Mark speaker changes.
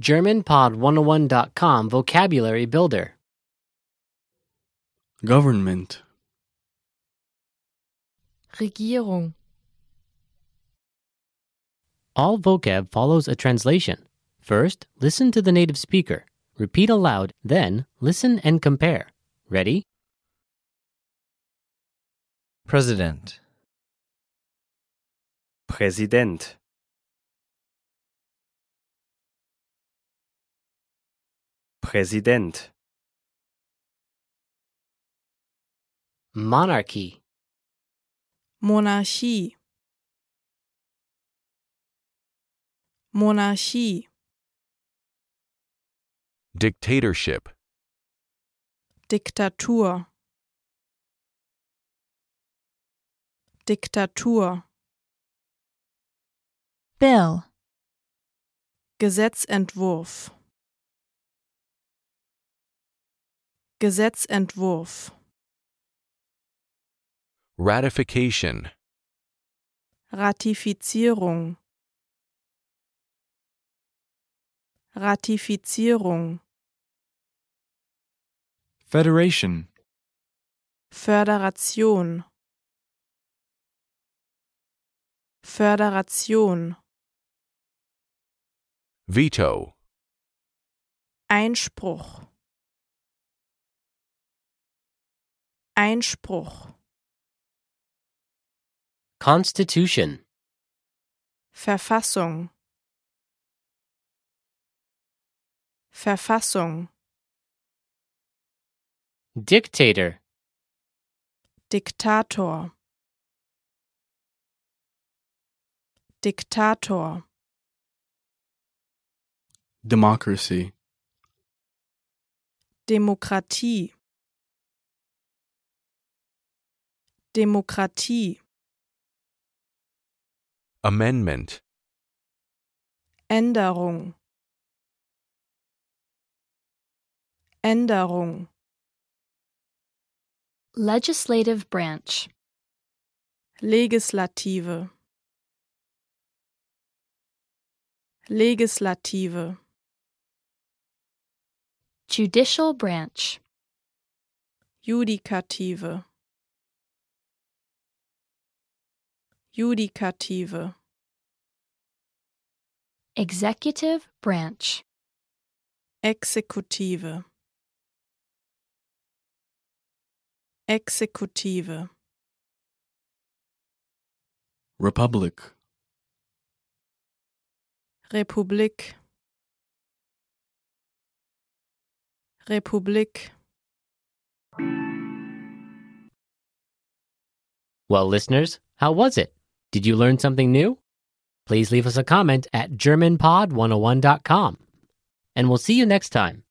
Speaker 1: GermanPod101.com Vocabulary Builder.
Speaker 2: Government.
Speaker 3: Regierung,
Speaker 1: All vocab follows a translation. First, listen to the native speaker. Repeat aloud, then, listen and compare. Ready?
Speaker 4: President,
Speaker 5: Präsident, Präsident,
Speaker 1: Monarchy.
Speaker 6: Monarchie Monarchie
Speaker 7: dictatorship,
Speaker 6: Diktatur Diktatur
Speaker 3: Bill,
Speaker 6: Gesetzentwurf Gesetzentwurf
Speaker 7: ratification,
Speaker 6: Ratifizierung Ratifizierung
Speaker 2: Federation.
Speaker 6: Föderation Föderation
Speaker 7: veto,
Speaker 6: Einspruch Einspruch
Speaker 1: Constitution.
Speaker 6: Verfassung Verfassung
Speaker 1: Dictator.
Speaker 6: Diktator Diktator
Speaker 2: Democracy.
Speaker 6: Demokratie Demokratie
Speaker 7: amendment,
Speaker 6: Änderung Änderung
Speaker 3: Legislative Branch,
Speaker 6: Legislative Legislative
Speaker 3: Judicial Branch,
Speaker 6: Judikative Judikative
Speaker 3: Executive Branch,
Speaker 6: Exekutive Exekutive
Speaker 2: Republic.
Speaker 6: Republik Republik
Speaker 1: Well, listeners, how was it? Did you learn something new? oh Please leave us a comment at GermanPod101.com. And we'll see you next time.